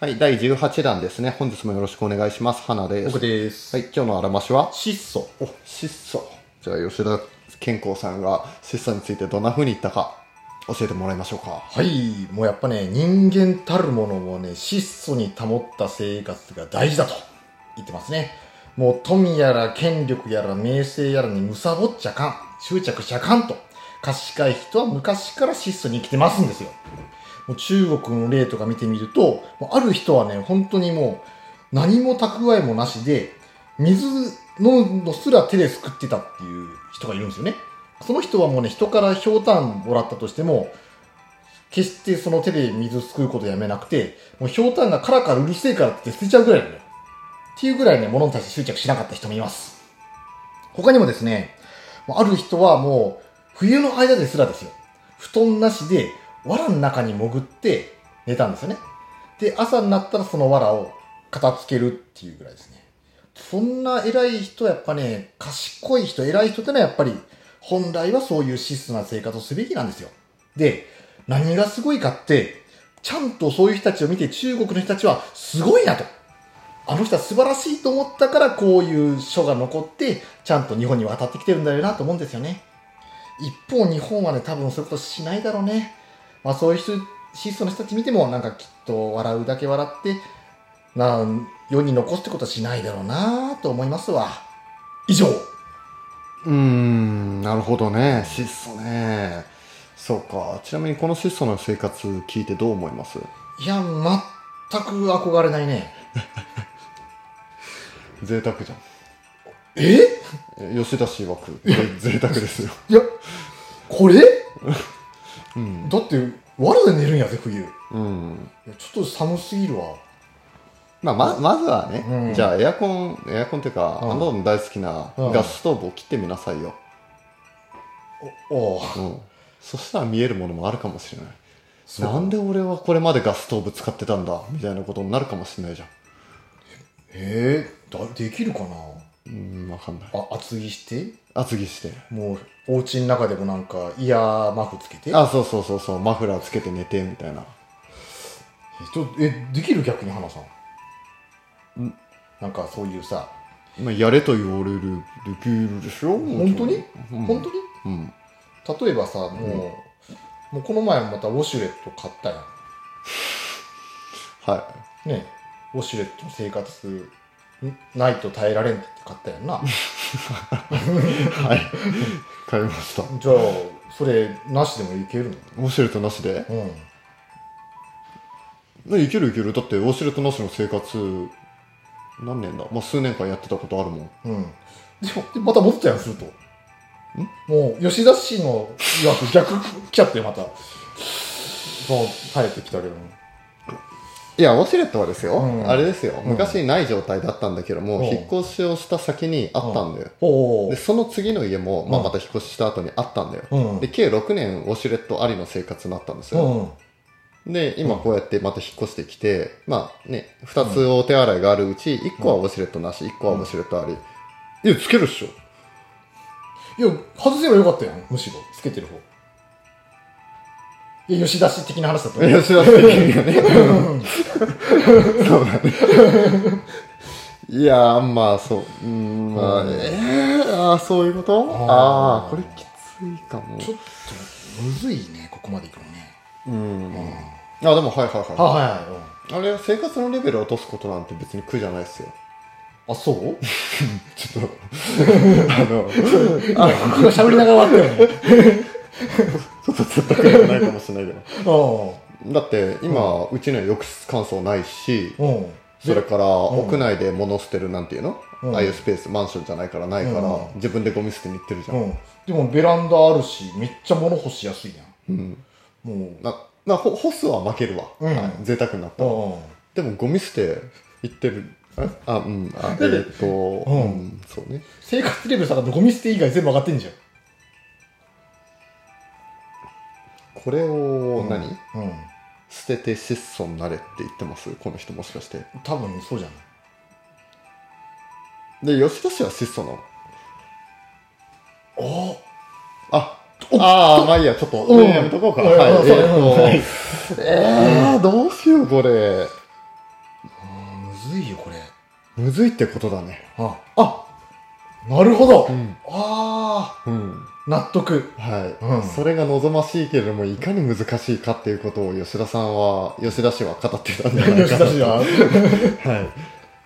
はい、第18弾ですね。本日もよろしくお願いします。花です。僕です。はい、今日のあらましは質素。お、質素。じゃあ、吉田健康さんが質素についてどんな風に言ったか教えてもらいましょうか。はい。もうやっぱね、人間たるものをね、質素に保った生活が大事だと言ってますね。もう富やら権力やら名声やらにむさぼっちゃかん。執着しちゃかんと。賢い人は昔から質素に生きてますんですよ。もう中国の例とか見てみると、もうある人はね、本当にもう何も蓄えもなしで、水飲むのすら手ですくってたっていう人がいるんですよね。その人はもうね、人からひょうたんもらったとしても、決してその手で水すくうことやめなくて、もうひょうたんがカラカラうるせえからって捨てちゃうぐらいのね、っていうぐらいね、物に対して執着しなかった人もいます。他にもですね、もうある人はもう、冬の間ですらですよ、布団なしで、藁の中に潜って寝たんですよね。で、朝になったらその藁を片付けるっていうぐらいですね。そんな偉い人、やっぱね、賢い人、偉い人ってのはやっぱり、本来はそういう質素な生活をすべきなんですよ。で、何がすごいかって、ちゃんとそういう人たちを見て中国の人たちはすごいなと。あの人は素晴らしいと思ったからこういう書が残って、ちゃんと日本に渡ってきてるんだよなと思うんですよね。一方、日本はね、多分そういうことしないだろうね。まあそういう人、質素な人たち見てもなんかきっと笑うだけ笑って、な世に残すってことはしないだろうなと思いますわ。以上。うーん、なるほどね。質素ね。そうか。ちなみにこの質素の生活聞いてどう思いますいや、全く憧れないね。贅沢じゃんええ。吉田氏曰 く、これ贅沢ですよ。いや、これうん。だって、藁で寝るんやぜ、冬。いや、うん。ちょっと寒すぎるわ。まあ、ままずはね、うんじゃあエアコン、エアコンっていうか、うんあなたの大好きなうんガスストーブを切ってみなさいよ。おああ、うん。そしたら見えるものもあるかもしれない。そうなんで俺はこれまでガスストーブ使ってたんだみたいなことになるかもしれないじゃん。えー、だできるかなうん、わかんない。あ、厚着して厚着して。もう、お家の中でもなんか、イヤーマフつけて。あ、そうそうそうそう、マフラーつけて寝てみたいな。えちょえ、できる逆に、花さん。んなんか、そういうさ、まあ、やれと言われる、できるでしょ本当に、うん、本当にうん。例えばさもう,、もうこの前またウォシュレット買ったやはんねウォシュレットの生活んないと耐えられんって買ったやんない。はい。買いました。じゃあそれなしでもいけるのウォシュレットなしで。うんねいけるいける。だってウォシュレットなしの生活、何年だまあ、数年間やってたことあるもん。うんでもでまた戻ったやんするともう吉田氏の曰く逆来ちゃってまたそう耐えてきたけどもいや、ウォシュレットはですよ、うんあれですよ、うん昔ない状態だったんだけども、うん引っ越しをした先にあったんだよ。おおで、その次の家も、まあ、うんまた引っ越しした後にあったんだよ。うんで、計6年ウォシュレットありの生活になったんですうよ。んで、今こうやってまた引っ越してきて、まあね、2つお手洗いがあるうち、1個はウォシュレットなし、1個はウォシュレットあり。いや、つけるっしょ。いや、外せばよかったやん、むしろ。つけてる方。いや、吉田氏的な話だった。いや、知らないね。 そうだね。いやー、まあ、そう。うん、まあ、うんえー、あーそういうことああーあー、これきついか も。ちょっと、むずいね、ここまでいくのね。うん。あ、でも、はいはいあ、は。はいはい、はいあれ、生活のレベルを落とすことなんて別に苦じゃないですよ。い。あ、そう ちょっと、あの、あ、今喋りながら終わったよ ね。ちょっとちょっと苦じゃないかもしれないけああ ど。だって、今、うちには浴室乾燥ないし、うん。それからん屋内で物捨てるなんていうの、うんああいうスペースマンションじゃないからないかうら、ん自分でゴミ捨てに行ってるじゃん、うん。でも、ベランダあるし、めっちゃ物干しやすいやん。うんもう、ななほ干すは負けるわ、うんはい贅沢になったわあでもゴミ捨て行ってるああうんあえだってーっと、ううんんそうねあ生活レベル下がってゴミ捨て以外全部上がってんじゃん。これを何、うん。捨てて質素になれって言ってますこの人もしかして多分そうじゃない。で吉田氏は質素なのああああまあいいやちょっと、うんやめとこうか、うんはいうんえーっとえーどうしようこれずいよこれむずいってことだね。ああなるほど、ん。あうん。あ納得はい、うんそれが望ましいけれども、いかに難しいかっていうことを吉田さんは、吉田氏は語ってたんじゃないかなと。 吉田氏ははい。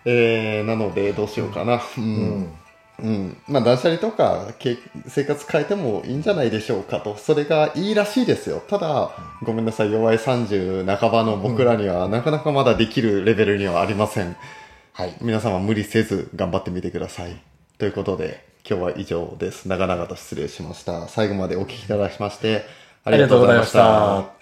えー、なので、どうしようかな。う。うんんうん。まあ、断捨離とか、け生活変えてもいいんじゃないでしょうかと。それがいいらしいですよ。ただ、ごめんなさい、弱い30半ばの僕らには、なかなかまだできるレベルにはありません。はい皆様無理せず頑張ってみてください。ということで、今日は以上です。長々と失礼しました。最後までお聞きいただきまして、あありがとうございました